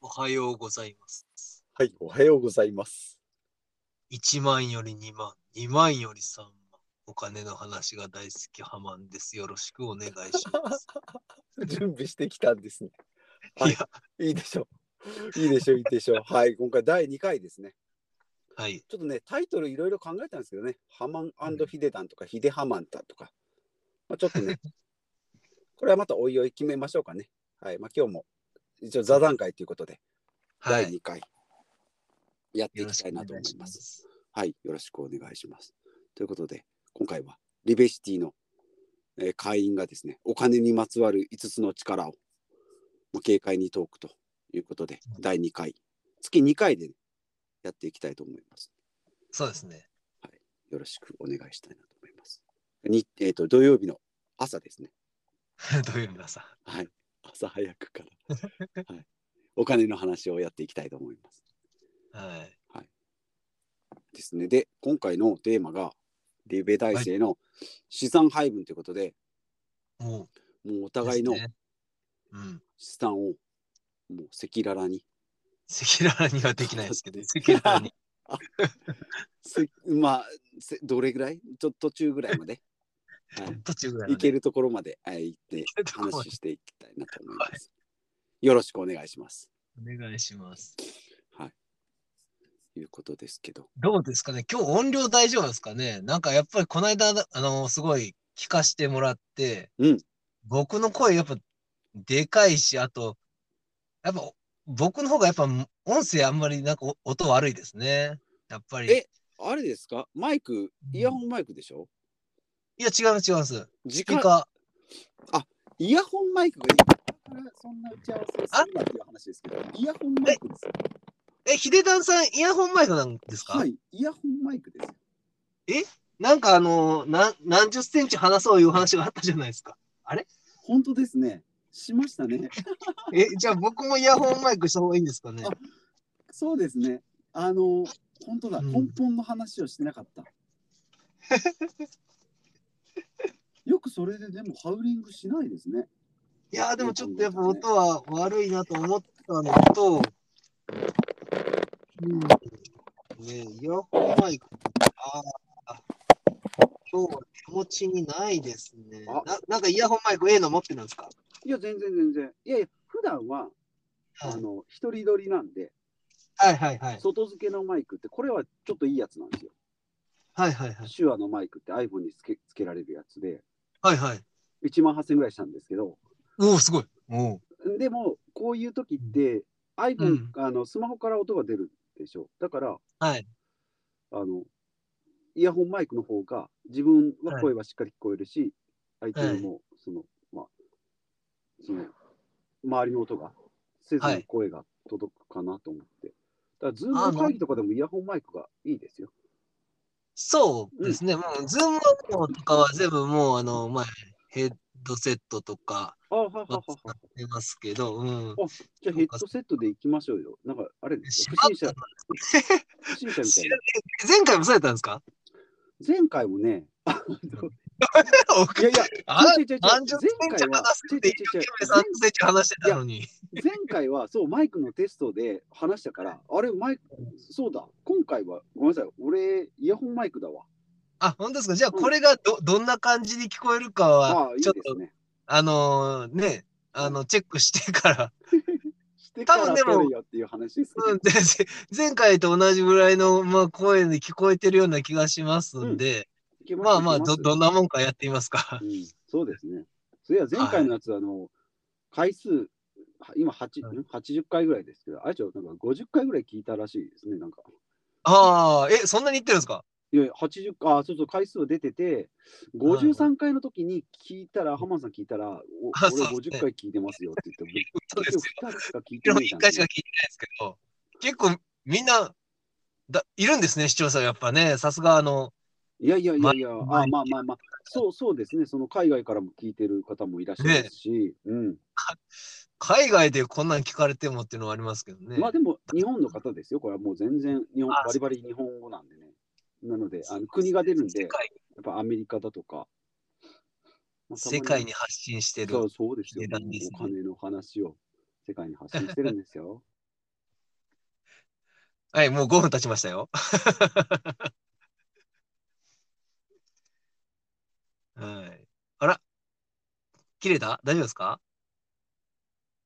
おはようございます。はい、おはようございます。 1万より2万、2万より3万。お金の話が大好きハマンです。よろしくお願いします。準備してきたんですね。 はいいや、いいでしょう。いいでしょう、いい でしょう。はい、今回第2回ですね。はい。ちょっとね、タイトルいろいろ考えたんですけどね、ハマンヒデダンとか、ヒデハマンタとか、まあ、ちょっと ね、これはまたおいおい決めましょうかね。はい、まあ、今日も一応座談会ということで、は第い。 2回やっていよろきしたくいお願なと思いいしま。ますす。はい、よろしくお願いします。ということで、今回はリベシティの、えー会員がですね、お金にまつわる5つの力をもう軽快にトークということで、うん第2回、月2回でやっていきたいと思います。そうですね。 よろしくお願いしたいなと思います。にえー、と土曜日の朝ですね、土曜日の朝。はい、朝早くから、はい、お金の話をやっていきたいと思います。はい。ですね。で、今回のテーマが、リベ大生の資産配分ということで、もう、おもうお互いのうん。資産をもう赤裸々に赤裸々にはできないですけど、赤裸々に。すまあせどれぐらいちょっと途中ぐらいまで、は途中ぐらいい、まい で。けるところまで、はい、行っけてるところまで話していきたいなと思います。よろしくお願いします。お願いします。はい。いうことですけど。どうですかね今日音量大丈夫ですかねなんかやっぱりこの間、あの、すごい聞かしてもらって、うん僕の声やっぱでかいし、あと、やっぱ僕の方がやっぱ音声あんまりなんかお音悪いですね。やっぱり。えあれですかマイク、イヤホンマイクでしょいや、違います、違います。ス時ピー間カイヤホンマイクがいいだからそんな打ち合わせをするなっていう話ですけど、イヤホンマイクですよ。ー。え、ヒデダンさん、イヤホンマイクなんですか、はい、イヤホンマイクですよ。なんかあのな、何十センチ離そういう話があったじゃないですか。本当ですね。しましたね。え、じゃあ僕もイヤホンマイクした方がいいんですかねあそうですね。あの、本当だ、うん根本の話をしてなか った。よくそれででもハウリングしないですね。いやーでもちょっとやっぱ音は悪いなと思ったのと、うん、ねえイヤホンマイク、ああ、今日は手持ちにないですね。あななんかイヤホンマイクええの持ってるんですかいや、全然全然。いやいや、普段は、はいあの、一人撮りなんで、はいはいはい。外付けのマイクって、これはちょっといいやつなんですよ。はいはいはい。手話のマイクって iPhone につけつけられるやつで、はいはい。 1万8000円ぐらいしたんですけど、おお、すごい。おお。でも、こういう時って、iPhone、あの、スマホから音が出るでしょ。だから、はい。あの、イヤホンマイクの方が、自分は声はしっかり聞こえるし、相手のも、その、まあ、その、周りの音が、せずはのい声が届くかなと思って。だから、ズーあムなの会議とかでもイヤホンマイクがいいですよ。そうですね。もう、ズームのとかは全部もう、あの、まあ、ヘッドセットとか、あ、はははまあはは。出ますけど、うん。じゃあ、ヘッドセットで行きましょうよ。なんか、あれですよ。不審者、不審者みたいな。前回もそうやったんですか前回もね、あのい いやいや、あ違う違う違う何十セン前チ回は話すって一生懸命三十センチ話してたのに。前回はそうマイクのテストで話したから、あれマイクそうだ。今回はごめんなさい。俺イヤホンマイクだわ。あ、本当ですかじゃあこれがど、どんな感じに聞こえるかは、ああいいちょでっとすね。あのーね、あの、チェックしてから。してから多分でも撮るよっていう話ですけど。うん、でぜ前回と同じぐらいの、まあ、声で聞こえてるような気がしますんで、いけすまあまあ、いけど、すどんなもんかやってみますかう。んそうですね。それは前回のやつあの回数今八は八十回ぐらいですけど、あれちょなんか五十回ぐらい聞いたらしいですね。なんかああ、え、そんなに言ってるんですかいやいや八十あそうそう回数は出てて五十三回の時に聞いたら浜田さん聞いたらおあそう俺ね五十回聞いてますよって言って。そうですよ。今日二人しか聞いて今な日い一じゃん回しか聞いてないですけど、結構みんな、だいるんですね、視聴者がやっぱね、さすがあの、いやいやいやいや、まあまあまあまあ、そうそうですね、その海外からも聞いてる方もいらっしゃいますし、うん、海外でこんなん聞かれてもっていうのはありますけどね。まあでも日本の方ですよ、これはもう全然日本、あバリバリ日本語なんでね。なので、あそうの国が出るんで、世や界っぱアメリカだとか、まあ世界たに発信してまにそるう。そうですよ、値段ですねお金の話を世界に発信してるんですよ。はい、もう5分経ちましたよ。 はい。あら。切れた大丈夫ですか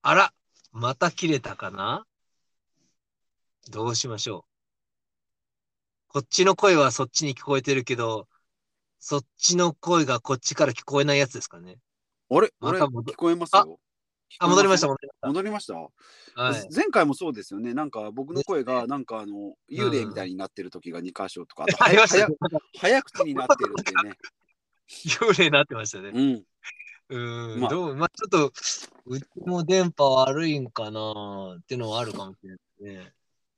あら。また切れたかなどうしましょう。こっちの声はそっちに聞こえてるけど、そっちの声がこっちから聞こえないやつですかね。あれま俺、た戻聞こえますよ。あ、戻りました、聞こ戻りえません。戻りました。ました。はい。前回もそうですよね。なんか僕の声ですが、なんかあの、幽霊みたいになってる時が2箇所とか、あとありました早ね。早口になってるってね。 幽霊になってましたね。うん。うーん、まあどうまあ、ちょっと、うちも電波悪いんかなってのはあるかもしれないですね。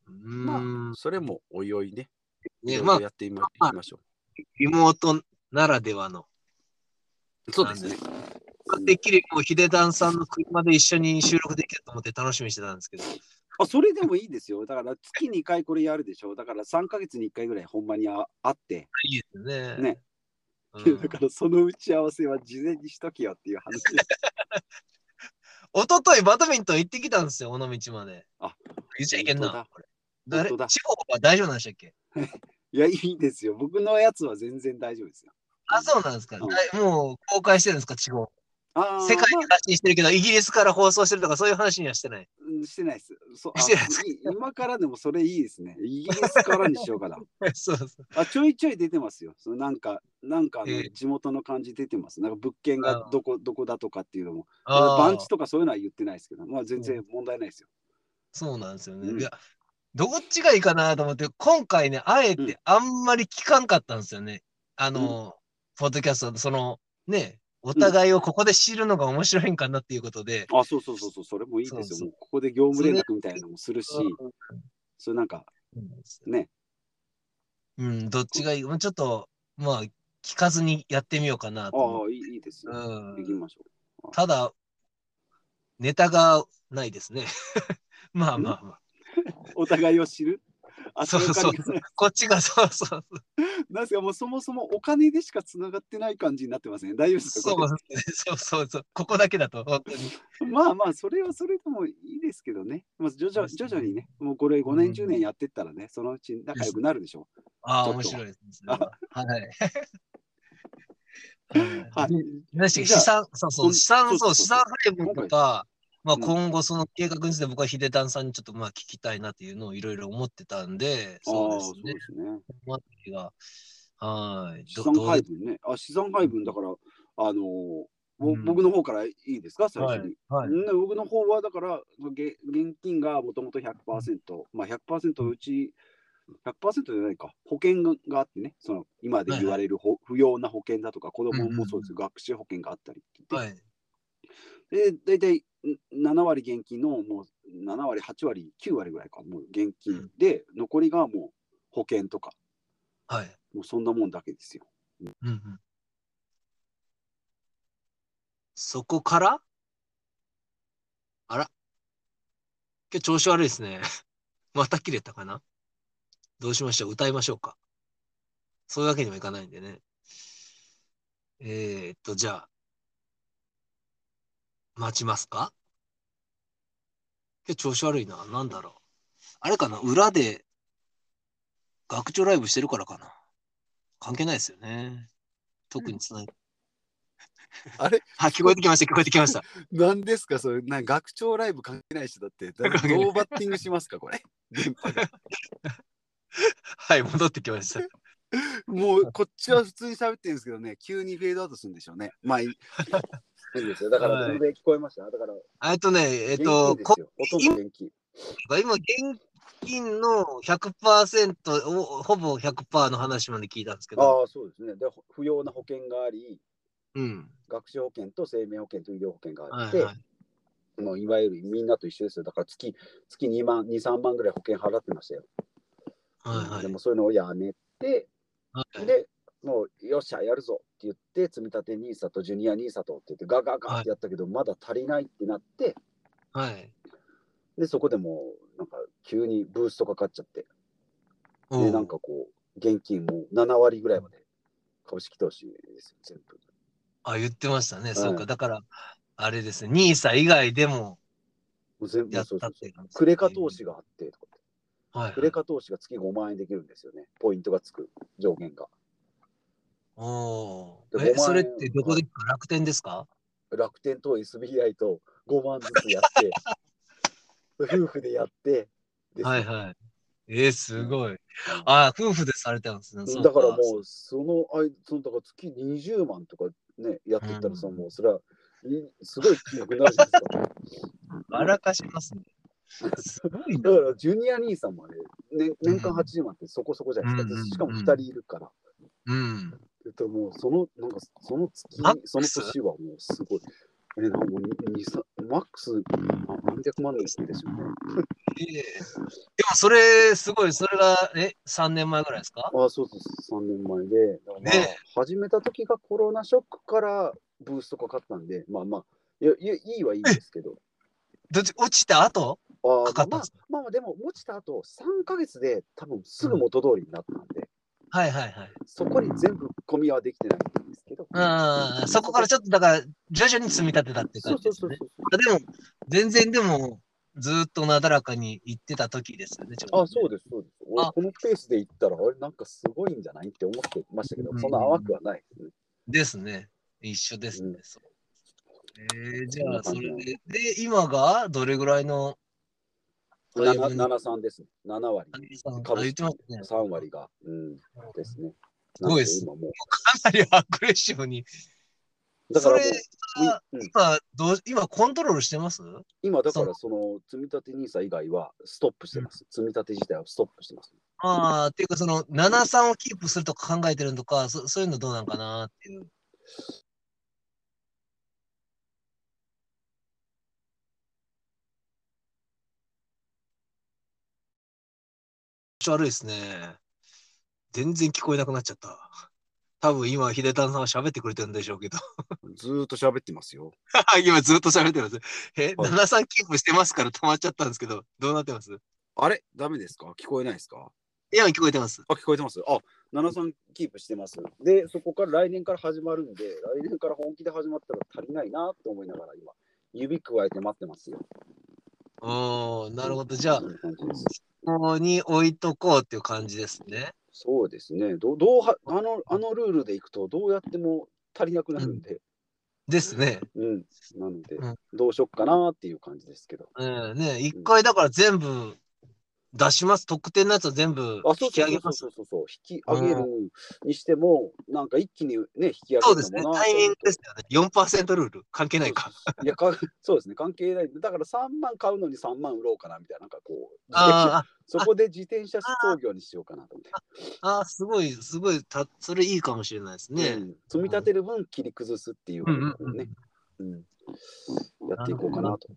うーん、それもおいおいね。いね、ろいまろあ、やってみま,、まあしょリモートならではの。う。そうですね。うんてっきりもう、ヒデダンさんの車で一緒に収録できると思って楽しみにしてたんですけど。あそれでもいいですよ。だから月2回これやるでしょ。だから3ヶ月に1回ぐらいほんまにあ会って、いいですね。ねうん、だからその打ち合わせは事前にしときよっていう話です。一昨日バドミントン行ってきたんですよ、尾道まで。あ、言っちゃいけん本当なだ。これ本誰当だ地方は大丈夫なんでしたっけいや、いいですよ。僕のやつは全然大丈夫ですよ。あ、そうなんですか。うんだいもう公開してるんですか、地方。あー世界まに発信してるけど、イギリスから放送してるとか、そういう話にはしてない。あうんしてないです。そうあしてないですい今からでもそれいいですね。イギリスからにしようか な。そうそう。あちょいちょい出てますよ。そのなんか、なんかあえのえ地元の感じ出てます。なんか物件がどこどこだとかっていうのも、ああバンチとかそういうのは言ってないですけど、まあ全然問題ないですよ。そうなんですようね。んいや、どっちがいいかなと思って、今回ね、あえうんてあんまり聞かんかったんですよね。あの、ポッドキャストの、その、ね、お互いをここで知るのが面白いんかなっていうことで、あ、そうそうそうそう、それもいいですよ。そうそうもうここで業務連絡みたいなのもするし、それなんかうんね、うん、どっちがいいもうちょっと、まあ、聞かずにやってみようかなあと思っあ、いいいいですて。よ。う行きん、ましょただ、ネタがないですね。 まあまあまあ。う。お互いを知る。あそうそうお金がこっちが、そうそうそう。なんですか、もうそもそもお金でしかつながってない感じになってません、ね。大丈夫ですかそうこそうそうそう。ここだけだと、本当に。れ まあまあ、それはそれでもいいですけどね。まあ、徐々そうですね徐々にね、もうこれ5う年、ん10年やってったらね、そのうち仲良くなるでしょああ、ちょっと面白いですね。それははい。はい。何でしたっけじゃあ資産、そうそほう、ん資産、そそうそう、うそう資産配分とか、まあうん今後その計画について僕はヒデタンさんにちょっとまあ聞きたいなっていうのをいろいろ思ってたんで、そうですね。すね。この辺りがはい。資ど産どう配で分ね。あ、資産配分だから、あのーぼうん僕の方からいいですか、最は初いに。はい。ね僕の方はだから、げ現金がもともと100%、まあ100%うち、100%じゃないか、保険があってね、その今で言われるほ不要な保険だとか、子供もそうです、学習保険があったりってはい。で、大体ん7割現金のもう7割、8割、9割ぐらいか、もう現金で、残りがもう保険とか、はい。もうそんなもんだけですよ。うんうん。そこからあら。今日調子悪いですね。 また切れたかなどうしましょう歌いましょうか。そういうわけにもいかないんでね。えー、っと、じゃあ、待ちますか今日調子悪いな。なんだろう。あれかな裏で、学長ライブしてるからかな。関係ないですよね。特につない。あれ あ、聞こえてきました、聞こえてきま した。何ですかそれな学長ライブ関係ない人だってどう係ないどうバッティングしますかこれ 電波がはい、戻ってきま した。もうこっちは普通に喋ってるんですけどね急にフェードアウトするんでしょうねまあ いいいいんですよだはいそれで聞こえましただからえっとね、ええっと、今ほとんど現金回今、現金の100%を、ほぼ100%の話まで聞いたんですけど、ああそうですねでほ不要な保険がありうん。学習保険と生命保険と医療保険があっはいて、はい。もういわゆるみんなと一緒ですよだから月月2万23万ぐらい保険払ってましたよ、はいはいで。もそういうのをやめてはいで、もうよっしゃ、やるぞって言って、積み立て NISA とジュニア NISA とって言って、ガガガってやったけど、まだ足りないってなって、はい。で、そこでもう、なんか急にブーストかかっちゃって、おで、うなんかこう、現金も7割ぐらいまで株式投資ですよ、全部。あ、言ってましたね。いそうか。だから、あれですね、NISA 以外でももう全部、やっそうたそっうそてういう感じですねクレカ投資があってとかってはい、クはレい。カ投資が月5万円できるんですよね。ポイントがつく上限が。おでーえ、 5万円それってどこですか楽天ですか楽天と SBI と5万ずつやって、 夫婦でやって、ですはいはい。えー、すごい。うんああ、夫婦でされたんですね。そうだからもう、その間、そのだから月20万とかね、やってったうんらさ、もうそれは、いすごい金額になるじゃないです か。笑かしますね。 すごいだな。から、ジュニア兄さんもね、年年間うん80万ってそこそこじゃないですうんか。うんうんでしかも2人いるから。うん。えっと、もう、その、なんか、その月マック、スその年はもうすごい。え、なんかもうににさマックスあ何百万ですよね。ええでもそれ、すごい、それが、え、3年前ぐらいですかあ、そうそう、3年前で。だからまあね始めた時がコロナショックからブースとか買ったんで、まあまあ、いやいやいいはいいですけど。どっち落ちた後あかかったんまあですまあまあでも落ちた後3ヶ月で多分すぐ元通りになったんで、はいはいはい。そこに全部込みはできてないんですけど、うん、そこからょちょっとだから、徐々に積み立てたってそ感うじでそうすそうね。そうあでも、全然でも、ずーっとなだらかに行ってた時ですよね、ちょうどねあそうですそうです俺あこのペースでいったらあれなんかすごいんじゃないって思ってましたけどうんそんな淡くはないですねですね。一緒ですね。うんそうえー、じゃあ、そそんな感じれので、で、今がどれぐらいの、うんなな73ですね7割あ株式言ってましたね。 3割が、うん、ですねすごいです今もうかなりアグレッシブに。だからもそうれはウィうん今、どう今コントロールしてます今だからその積立 NISA 以外はストップしてます、積立自体はストップしてますああ、っていうか、その、73をキープするとか考えてるのか、そそういうのどうなんかなっていう。悪いですね。全然聞こえなくなっちゃった。多分今、秀丹さんは喋ってくれてるんでしょうけど。 ずーっと喋ってますよ今ずっと喋ってます。え、はい73キープしてますから止まっちゃったんですけど、どうなってますあれダメですか聞こえないですか今聞こえてます。あ、聞こえてます。あ、73キープしてます。で、そこから来年から始まるんで、来年から本気で始まったら足りないなと思いながら今、指くわえて待ってますよ。おー、なるほど。じゃあそ、んな感じですここに置いとこうっていう感じですね。そうですね。どうどうはあのあのルールでいくと、どうやっても足りなくなるんで、ですね。うん、なので、うんどうしよっかなっていう感じですけど。うん、ね一回だから全部出します。特典のやつは全部あ、そ引うきそう上げそうます。そうそうそう、引き上げるにしても、なんか一気にね、引き上げるそうですねの。もなタイミングですすよね。4%ルール。関係ないか。いやか、そうですね、関係ない。だから3万買うのに3万売ろうかなみたいな、なんかこう、あそこで自転車操業にしようかなと思って。ーあ、あーすごい、すごいた、それいいかもしれないですね。うん積み立てる分切り崩すっていうのをね、うんやっていこうかなと。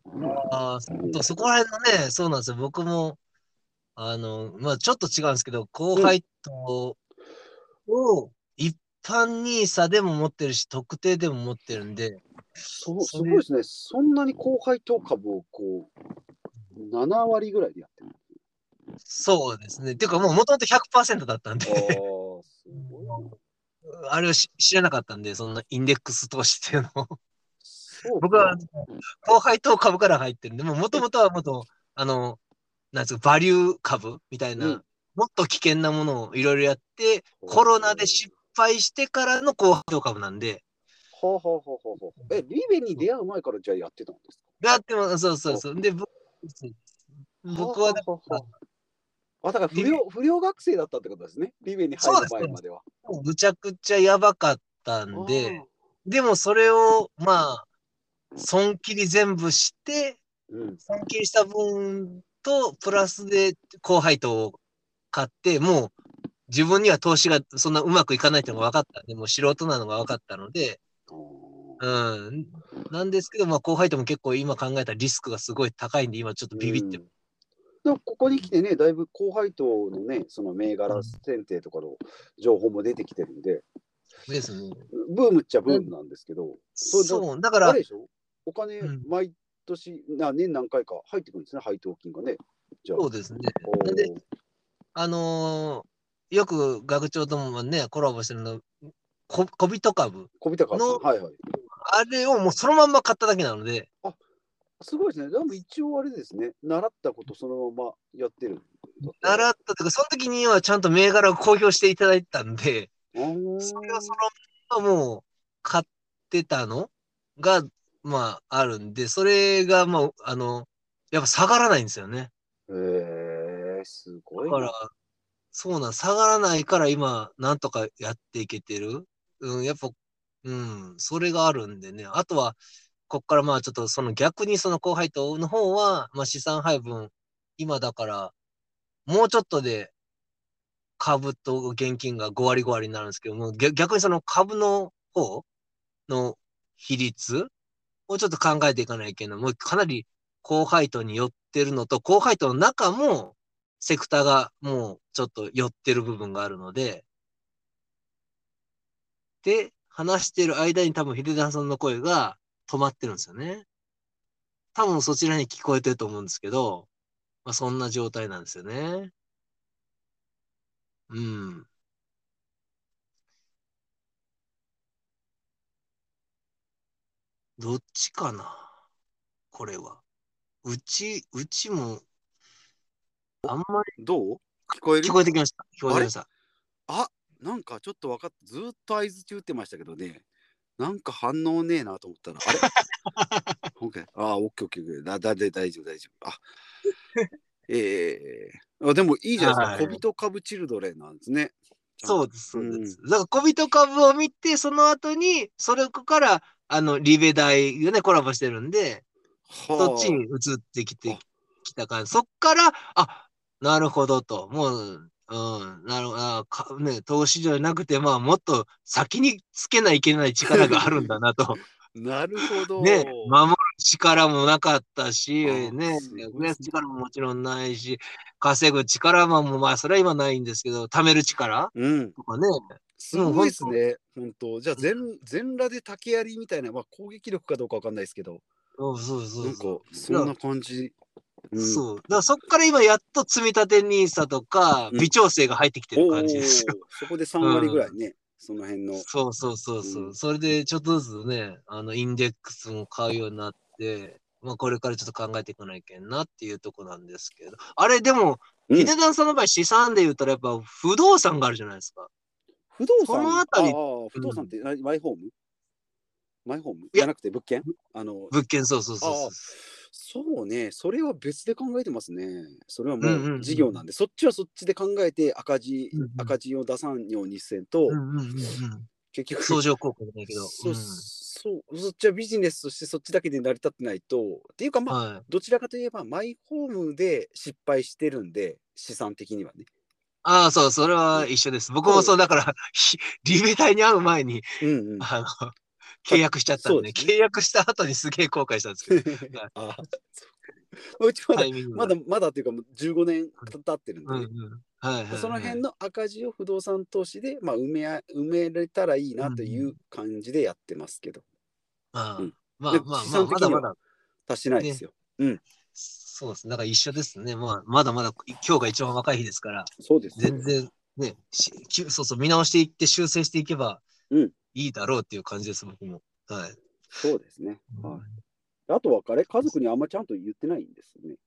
ああ、そうそこら辺のね、そうなんですよ。僕も、あの、まあちょっと違うんですけど、後輩と、を一般 NISA でも持ってるし、特定でも持ってるんで、そうすごいですね、そんなに後輩と株をこう、7割ぐらいでやってる。そうですね。ていうかもう元々100%だったんで あ。あ、すごいな。あれをし知らなかったんで、そんなインデックス投資っていうのを。そう 僕はあかの後輩と株から入ってるんで、もともとはもっと、あの、なんつうか、バリュー株みたいな、うんもっと危険なものをいろいろやって、コロナで失敗してからの後輩と株なんで、はあはあはあはあはあえ、リベに出会う前からじゃあやってたんですかだっても、そうそうそう。で、僕僕はだ、ああああ、だから不良不良学生だったってことですね、リベに入る前までは。むちゃくちゃやばかったんで、でもそれを、まあ、損切り全部して、あー、うん、尊敬した分と、プラスで後輩とを買って、もう自分には投資がそんなうまくいかないっていうのが分かったんで、もう素人なのが分かったので、あーうん。なんですけど、まあ後輩とも結構今考えたらリスクがすごい高いんで、今ちょっとビビってうまんでもここに来てね、だいぶ後輩とのね、その銘柄選定とかの情報も出てきてるんで、すですね。ブームっちゃブームなんですけど、そうだそう、だかあられ、でしょお金うん、毎年、な年何回か入ってくるんですね、配当金がね。じゃあそうですね。おーなんであのーよく学長ともね、コラボしてるの、こ小人株。小びたかさん、のはいはい。あれをもうそのまんま買っただけなので、すごいですね、でも一応あれですね、習ったことそのままやってるんですね。習ったというか、その時にはちゃんと銘柄を公表していただいたんで、おーそれをそのままもう買ってたのが、まあ、あるんで、それが、まあ、あの、やっぱ下がらないんですよね。へえすごいだな。から、そうなん、下がらないから今、なんとかやっていけてる。うん、やっぱ、うん、それがあるんでね。あとは、こっからまあちょっとその逆にその後輩との方は、まあ資産配分、今だから、もうちょっとで株と現金が5割5割になるんですけども、逆逆にその株の方の比率をちょっと考えていかないといけない。もうかなり高配当に寄ってるのと、高配当の中もセクターがもうちょっと寄ってる部分があるので、で、話してる間に多分ヒデダンさんの声が止まってるんですよね。多分そちらに聞こえてると思うんですけど、まあそんな状態なんですよね。うん。どっちかなこれは。うち、うちも、あんまどう聞こえりる聞こえてきました。聞こえてきました。なんかちょっと分かった。ずーっと合図中打ってましたけどね。なんか反応ねえなと思ったら、あれ OK ああ、オッケーオッケーオッケー。だ、だ、で大丈夫、大丈夫。あええあでもいいじゃないですか。はい小人株チルドレンなんですね。そうう。です、そうです。だから、小人株を見て、その後に、それから、あの、リベ大がね、コラボしてるんで、はあそっちに移ってきてあきた感じ。そっから、あ、なるほどと。もう、うん、なるほどあか、ね、投資じゃなくて、まあ、もっと先につけないといけない力があるんだな と。なるほど。ね、守る力もなかったし、あね、すごいねですね力ももちろんないし、稼ぐ力も、まあ、それは今ないんですけど、貯める力うん。とかね。すごいですね。本当。じゃあ全、全裸で竹槍みたいな、まあ攻撃力かどうかわかんないですけど、うん、そうそうなそんうか。そんな感じ。うんそう。だからそっから今やっと積み立て NISA とか、うん微調整が入ってきてる感じですよ。おーそこで3割ぐらいね、その辺の。 そうそうそうそう。うんそれでちょっとずつね、あの、インデックスも買うようになって、まあこれからちょっと考えていかないけんなっていうとこなんですけど。あれ、でも、うんヒデダンさんの場合資産で言ったらやっぱ不動産があるじゃないですか。不動産この辺りああ不動産って、なマイホームマイホームいやじゃなくて物件あの、物件、そうそうそうそうね、それは別で考えてますね。それはうんうんもうんう事業なんで、そっちはそっちで考えて赤字、うんうん赤字を出さんようにせんそう。と、うんうんうんうん。結局相乗効果じゃないけど。そそうそっちはビジネスとしてそっちだけで成り立ってないとっていうかうん、まあ、はい。どちらかといえばマイホームで失敗してるんで資産的にはね。ああ、そう、それは一緒です。僕もそう、だから、ひリベ隊に会う前に、うん うん、あの、契約しちゃったんで、そうです契約した後にすげえ後悔したんですけあそううち まど、だタイミングがまだまだっていうかもう15年経ってるんで、うんうん。はいはいはい。その辺の赤字を不動産投資で、まあ、埋めあ埋めれたらいいなという感じでやってますけどまあうんまあでまあ資まあ、産ま的だにはまだ。足しないですよ。そうですね。だから一緒ですね。まあ、まだまだ今日が一番若い日ですから、そうですね全然ね、しきそうそう、見直していって修正していけばうんいいだろうっていう感じです、僕も。はい。そうですね。はい、あとはあれ家族にあんまちゃんと言ってないんですよね。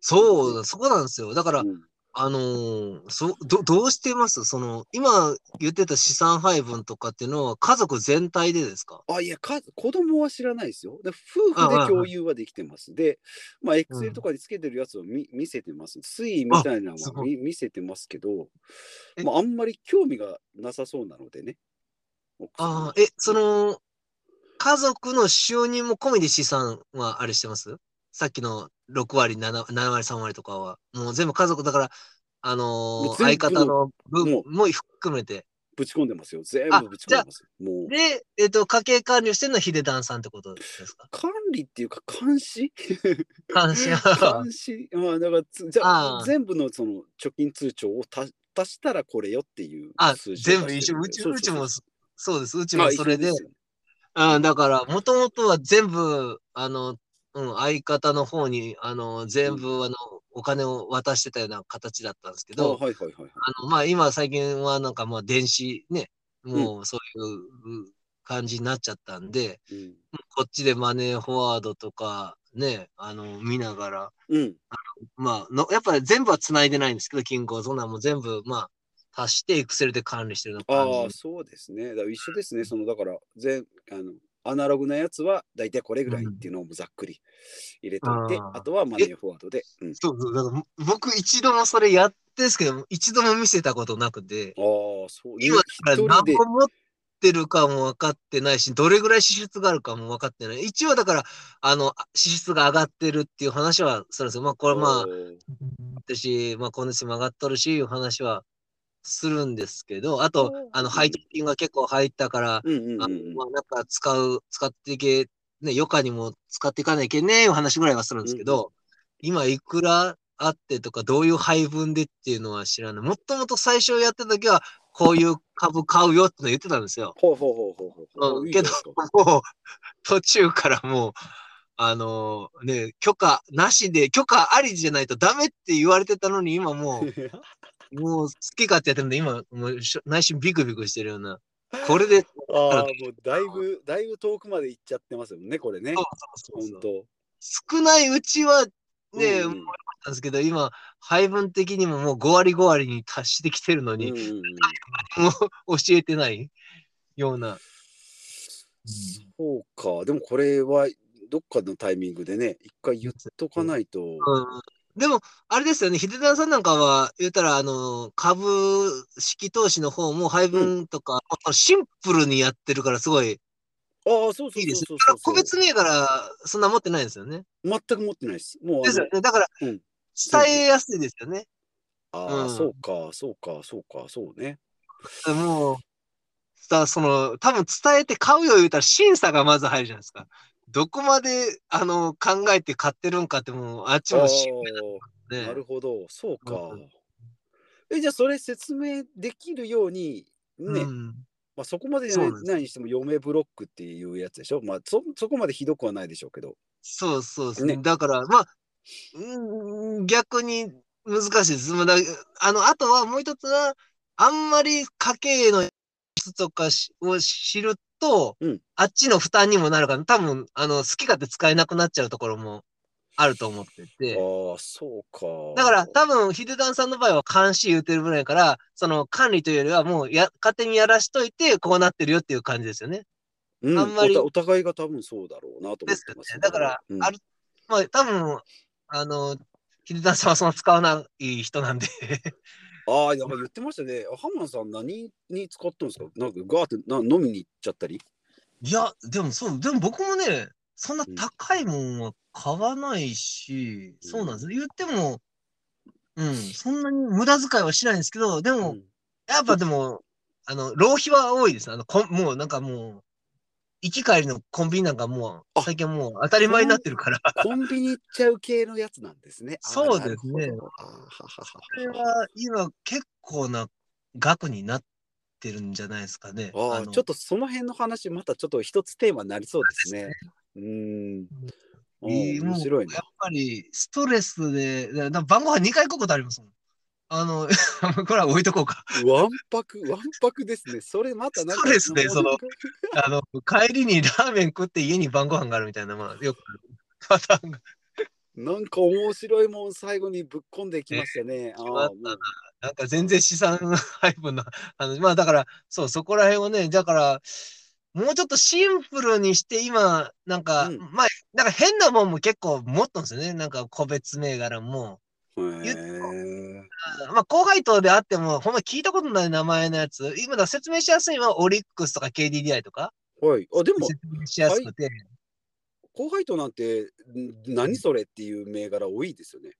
そうだ、そこなんですよ。だから、うんあのーそど、どうしてますその、今言ってた資産配分とかっていうのは家族全体でですかあいやか子供は知らないですよ。で夫婦で共有はできてます。で、まあ、エクセルとかにつけてるやつを見,、見せてます。推移みたいなのすはご見見せてますけどえ、まあ、あんまり興味がなさそうなのでね。奥さんあはあ、え、その、家族の収入も込みで資産はあれしてますさっきの6割、7, 7割、3割とかは。もう全部家族だから、あのもーう相全部方の分もも含めて。ぶち込んでますよ。全あ部ぶち込んでます。もうで、えっ、と、家計管理をしてるのはヒデダンさんってことですか管理っていうか監視 関心 監視まあだからつじゃああー全部のその貯金通帳を足足したらこれよっていうあ、数字全部一緒。うち、うちもそ、そうです。うちもそれで。うん、だから、もともとは全部、あの、うん、相方の方に、あの、全部、あの、お金を渡してたような形だったんですけあど、はいはいはいはい。あの、まあ、今、最近は、なんか、まあ、電子ね、もう、そういう感じになっちゃったんで、うんこっちでマネーフォワードとか、ね、あの、見ながら、うんまあの、やっぱ全部は繋いでないんですけど、金庫はそんなんもう全部、まあ、足して、エクセルで管理してるような感ああ、じ。そうですね。だから一緒ですね。そのだから全あのアナログなやつは大体これぐらいっていうのをざっくり入れておいて、うんあとはマネーフォワードで。うん、そうそう。だから僕一度もそれやってですけど、一度も見せたことなくて、ああ、そう。今から一人何で個持ってるかも分かってないし、どれぐらい支出があるかも分かってない。一応だから、あの、支出が上がってるっていう話はするんですよ。まあこれまあお、ー私、まあ、今月も上がっとるし、いう話はするんですけど、あとうん、あの、配当金が結構入ったから、うんうんあうのんうんまあ、なんか使う、使っていけ、ね、余暇にも使っていかないけんね、いう話ぐらいはするんですけど、今いくらあってとか、どういう配分でっていうのは知らない。もともと最初やってた時は、こういう株買うよっての言ってたんですよ。ほうほうほうほうほう。うんいいけでどすか、もう、途中からもう、あのね、許可なしで、許可ありじゃないとダメって言われてたのに、今も う、もう好き勝手やってるんで、今、もうしょ内心ビクビクしてるよう な。これで、そうああ、 もうだいぶ、だいぶ遠くまで行っちゃってますよね、これね。そう本そう当。少ないうちは、ね、うん思いましたんですけど、今、配分的にももう5割5割に達してきてるのうんに、うんうんもう教えてないような。そうか、でもこれはどっかのタイミングでね、一回言っとかないと。うんでも、あれですよね、秀田さんなんかは、言ったら、あの、株式投資の方も配分とか、シンプルにやってるから、すごいああ、そうそういいです。そうそうだかそら個う別銘柄、そんな持ってないんですよね。全く持ってないです。もうあですのよね。だから、うん伝えやすいですよね。ああ、うんそうか、そうか、そうか、そうね。もう、さ、その、多分伝えて買うよ言うたら審査がまず入るじゃないですか。どこまで、あの、考えて買ってるんかって、もう、あっちあも審あ、査ねな。るほど、そうかうん。え、じゃあそれ説明できるように、ね、うん。まあそこまでじゃないそうなんですないにしても嫁ブロックっていうやつでしょ。まあそ、そこまでひどくはないでしょうけど。そうそうですね。ねだから、まあ、うーん逆に難しいです。まあだあの、あとはもう一つは、あんまり家計の質とかしを知ると、うんあっちの負担にもなるから、多分、あの、好き勝手使えなくなっちゃうところもあると思ってて。ああ、そうか。だから、多分、ヒデダンさんの場合は監視言うてるぐらいやから、その管理というよりはもうや、勝手にやらしといて、こうなってるよっていう感じですよね。うん、あんまりお互お互いが多分そうだろうなと思でっすてよねますよ。だから、うんある、まあ、多分、あの、秀田さんはそんな使わない人なんで、ああ、なんか言ってましたね。ハマンさん何に使ったんですかなんかガーってな飲みに行っちゃったり いや、でもそう、でも僕もね、そんな高いもんは買わないし、うんそうなんです。言っても、うん、そんなに無駄遣いはしないんですけど、でも、うんやっぱでも、あの、浪費は多いです。あの、こんもうなんかもう、行き帰りのコンビニなんかもう、あ最近はもう当たり前になってるから、 コンビニ行っちゃう系のやつなんですね。あーそうですねなるほどあーははこれははは今結構な額になってるんじゃないですかね。ああ、のちょっとその辺の話、またちょっと一つテーマになりそうですね。うーん。おいいー面白いもうねや。っぱりストレスで、だだ晩ご飯2回食うことありますもん。あの、 これは置いとこうか。わんぱく、わんぱくですね。それまたなんか。そうですねそのあの、帰りにラーメン食って家に晩ご飯があるみたいな、まあ、よくあるパターンが。なんか面白いもん最後にぶっこんできましたね。あまあっー、もたななんか全然資産配分の話。まあだから、そう、そこら辺をね、だから、もうちょっとシンプルにして、今、なんか、うんまあ、なんか変なもんも結構持ったんですよね。なんか個別銘柄も。う。へ言っえ。まあ、高配当であっても、ほんま聞いたことない名前のやつ。今だ、説明しやすいのは、オリックスとか KDDI とか。はい。あ、でも、説明しやすくて。高配当なんて、ん何それっていう銘柄多いですよね。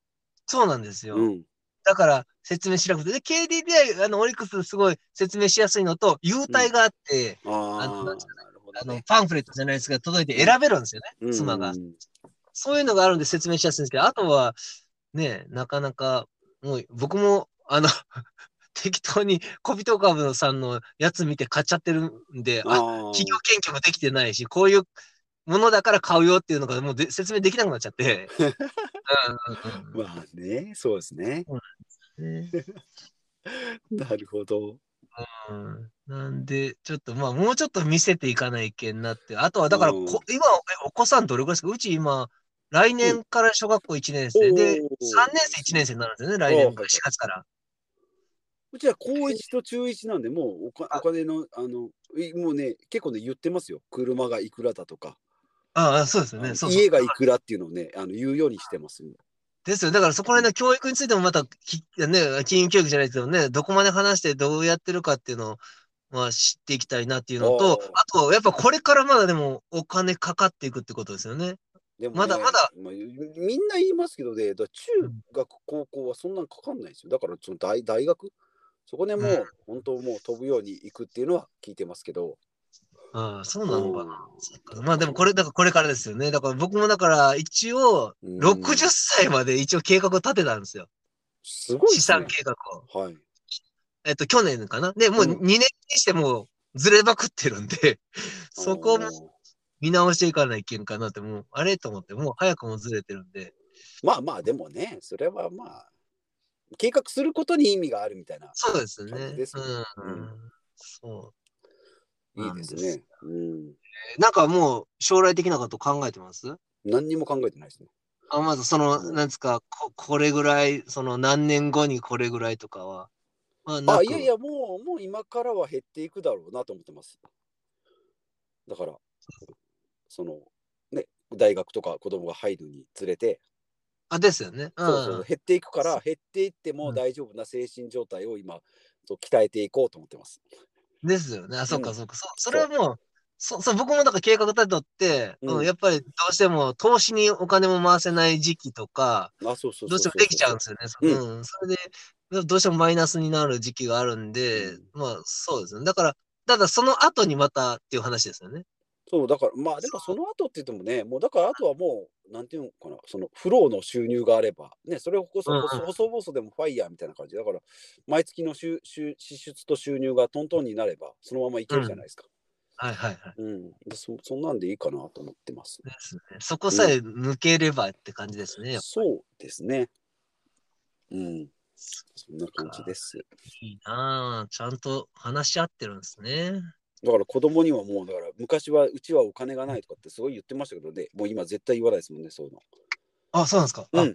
そうなんですよ。うん。だから、説明しなくて。で、KDDI、あの、オリックスすごい説明しやすいのと、優待があって、あああ、のななんるてほあどのね。、パンフレットじゃないですが、届いて選べるんですよね。うん妻がうんそういうのがあるんで説明しやすいんですけど、あとは、ね、なかなか、もう、僕も、あの、 適当にコビトカブさんのやつ見て買っちゃってるんで、ああ、ー企業研究もできてないし、こういうものだから買うよっていうのがもうで説明できなくなっちゃって。うんうんうん まあね、そうですね。ねなるほど。うんなんで、ちょっとまあ、もうちょっと見せていかないけんなって。あとは、だからこうん今、えお子さんどれぐらいですかうち今、来年から小学校1年生で、3おー年生1年生になるんですよね、来年から、4月から。うちは高一と中一なんで、もうおかお金の、あの、いもうね、結構ね、言ってますよ。車がいくらだとか、ああ、そうですよあのね。そうそう家がいくらっていうのをね、あの言うようにしてます。ですよ。だからそこら辺の教育についてもまたき、ね、金融教育じゃないですけどね、どこまで話してどうやってるかっていうのを、まあ、知っていきたいなっていうのとおー、あと、やっぱこれからまだでもお金かかっていくってことですよね。でもね、まだまだまあみんな言いますけどね、だから中うん学、高校はそんなんかかんないんですよ。だから、その大大学、そこでもう、うん本当もう飛ぶように行くっていうのは聞いてますけど。ああ、そうなのかな。うんそっかまあでもこれ、だからこれからですよね。だから僕もだから一応、うん60歳まで一応計画を立てたんですよ。すごい資です産ね。計画を。はい。えっと、去年かな。で、もううん2年にしてもうずれまくってるんで、そこもあー見直していかないといけんかなって、もう、あれと思って、もう早くもずれてるんで。まあまあ、でもね、それはまあ、計画することに意味があるみたいな。そうです感ね。じですねうん。うそいいですなんでね。うん。う。なんかもう将来的なこと考えてます何にも考えてないですね。あ、まずその、うんなんですか、こ、これぐらい、その何年後にこれぐらいとかは。まあ、なあ、くいやいや、もう、もう今からは減っていくだろうなと思ってます。だから、その、ね、大学とか子供が入るにつれて、あ、ですよね。うん。そうそう減っていくからそ減っていってうもん大丈夫な精神状態を今そう鍛えていこうと思ってます。ですよね。あ、そっうかんそっか。そそれはもう、そそう僕もだから計画立てとって、うんうん、やっぱりどうしても投資にお金も回せない時期とか、あそうそうそうどうしてもできちゃうんですよね。ううんん、それで、どうしてもマイナスになる時期があるんで、うんまあそうですね。だから、ただその後にまたっていう話ですよね。そうだからまあでもその後って言ってもねもうだからあとはもうなんていうのかなそのフローの収入があればねそれをこそうんうん細々でもファイヤーみたいな感じだから毎月の収収支出と収入がトントンになればそのままいけるじゃないですか。はいはいはい。うん、でそそんなんでいいかなと思ってます。ですね。そこさえ抜ければって感じですね。そうですね。うん。そんな感じです。いいなあちゃんと話し合ってるんですね。だから子供にはもうだから昔はうちはお金がないとかってすごい言ってましたけどねもう今絶対言わないですもんねそういうあ、そうなんですか。の。あ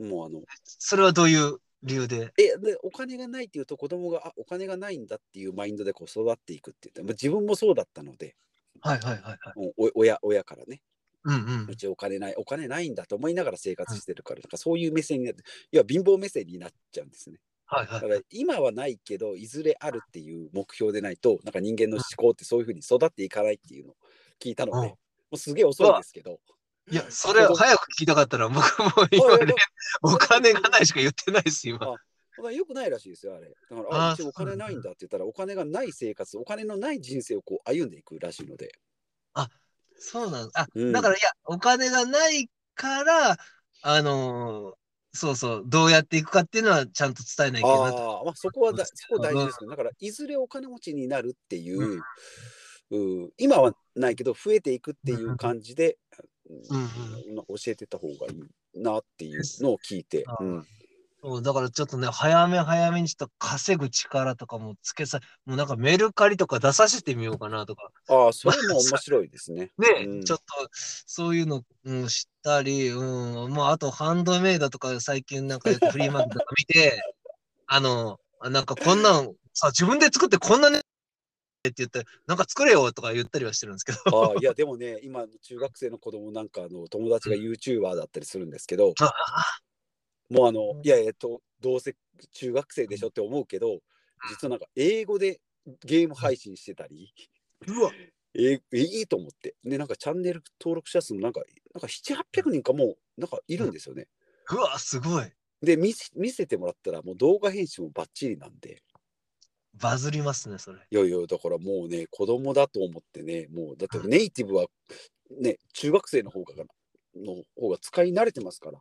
うん。もうあのそれはどういう理由で。えでお金がないっていうと子供があお金がないんだっていうマインドでこう育っていくって言ってもう自分もそうだったのではいはいはいはい。うんお親親からねうんうんう。ちお金ないお金ないんだと思いながら生活してるからなんかそういう目線になっていや貧乏目線になっちゃう んですね。はいはだいか。ら今はないけどいずれあるっていう目標でないとなんか人間の思考ってそういうふうに育っていかないっていうのを聞いたので、うんもうすげえ遅いですけど。いや、それは早く聞きたかったら、僕も今ね、お金がないしか言ってないです、今。よくないらしいですよ、あれ。だから、ああーうちおそうな金んだないんだって言ったら、お金がない生活、お金のない人生をこう歩んでいくらしいので。そうなんあ、うんだから、いや、お金がないから、あのーそうそう、どうやっていくかっていうのはちゃんと伝えないあといけないなと。あー、まあ、そこはだそこ大事ですうね。だから、いずれお金持ちになるっていうう、うん今はないけど、増えていくっていう感じで、うんうん教えてった方がいいなっていうのを聞いて。あーうんそうだからちょっとね、早め早めにちょっと稼ぐ力とかもつけさ、もうなんかメルカリとか出させてみようかなとか、ああ、それも面白いです ね。ね、うんちょっとそういうの、うん、知ったり、うん、まああとハンドメイドとか最近なんかよくフリーマーケットとか見て、 あの、あなんかこんなん、さ、自分で作ってこんなね、って言って、なんか作れよとか言ったりはしてるんですけど、ああいやでもね今の中学生の子供なんかあの友達が YouTuber だったりするんですけど、 あもうあうのんいやいやとどうせ中学生でしょって思うけど実はなんか英語でゲーム配信してたり、うわ、ええいいと思ってでなんかチャンネル登録者数もなんかなんか700800人かもうなんかいるんですよね。うわ、すごい。で見せ見せてもらったらもう動画編集もバッチリなんでバズりますね、それ。いやいやだからもうね子供だと思ってねもうだってネイティブはね中学生の方がの方が使い慣れてますから。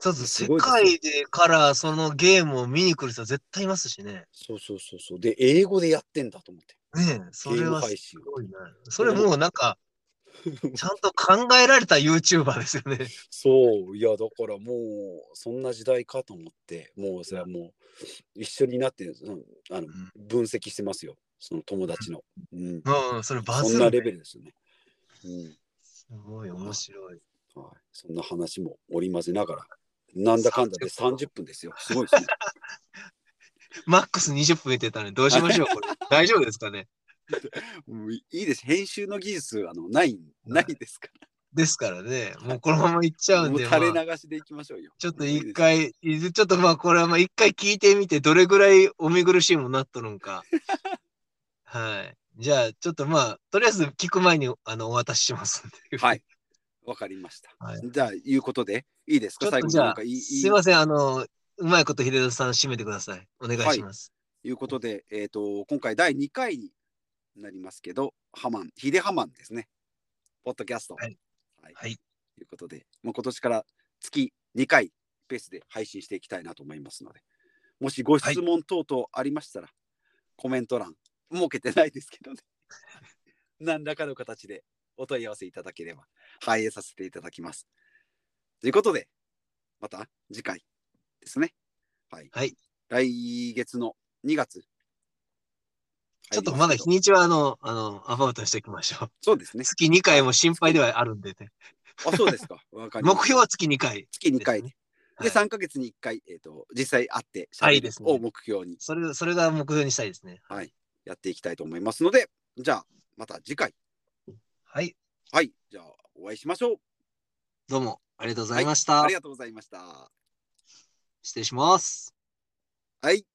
ちょっとす世ごいですね界でからそのゲームを見に来る人は絶対いますしね。そうそうそうそう。で、英語でやってんだと思って。ねえ、そゲれームは配す信を。ごいね。それもうなんか、ちゃんと考えられた YouTuber ですよ ね。そう、いや、だからもう、そんな時代かと思って、もう、それはもう、一緒になって、そのあのん分析してますよ。その友達の。うん。うん、それバそズんなる。レベルですよね。うん。すごい面白い。はい、そんな話も織り交ぜながら、なんだかんだで30分ですよ。すごいで すね。マックス20分言ってたのにどうしましょうこ れ大丈夫ですかねもういいいです。編集の技術、あの、ない、ないですかですからね、もうこのまま行っちゃら。うんもうで、垂れまあ流しでいきましょうよ。ちょっと一回、ちょっとまあこれはまあ一回聞いてみて、どれぐらいお見苦しいもんなっとるんか。 はい。じゃあ、ちょっとまあ、とりあえず聞く前にあのお渡ししますんで。はい。わかりました。はいじゃあ、いうことで、いいですちょかっ最と後にじゃなんあかいい、、いすいません、あの、うまいこと秀田さん締めてください。お願いします。い、いうことで、えっ、と、今回第2回になりますけど、ハマン、ヒデハマンですね。ポッドキャスト。はい。はい。はいということで、もう今年から月2回ペースで配信していきたいなと思いますので、もしご質問等々ありましたら、コメント欄、設けてないですけどね。 何らかの形でお問い合わせいただければ、反映させていただきます。ということで、また次回ですね。はい。はい来月の2月。ちょっとまだ日にちはあの、あの、アバウトにしておきましょう。そうですね。月2回も心配ではあるんでね。あ、そうですか。わかりま目した標は月2回。月2回ですね。で、はい3ヶ月に1回、えっ、と、実際会って、あい喋いでるすねを目標にそれ、それが目標にしたいですね。はいやっていきたいと思いますので、じゃあ、また次回。はい。はい。じゃあ、お会いしましょう。どうもありがとうございました。ありがとうございました。失礼します。はい。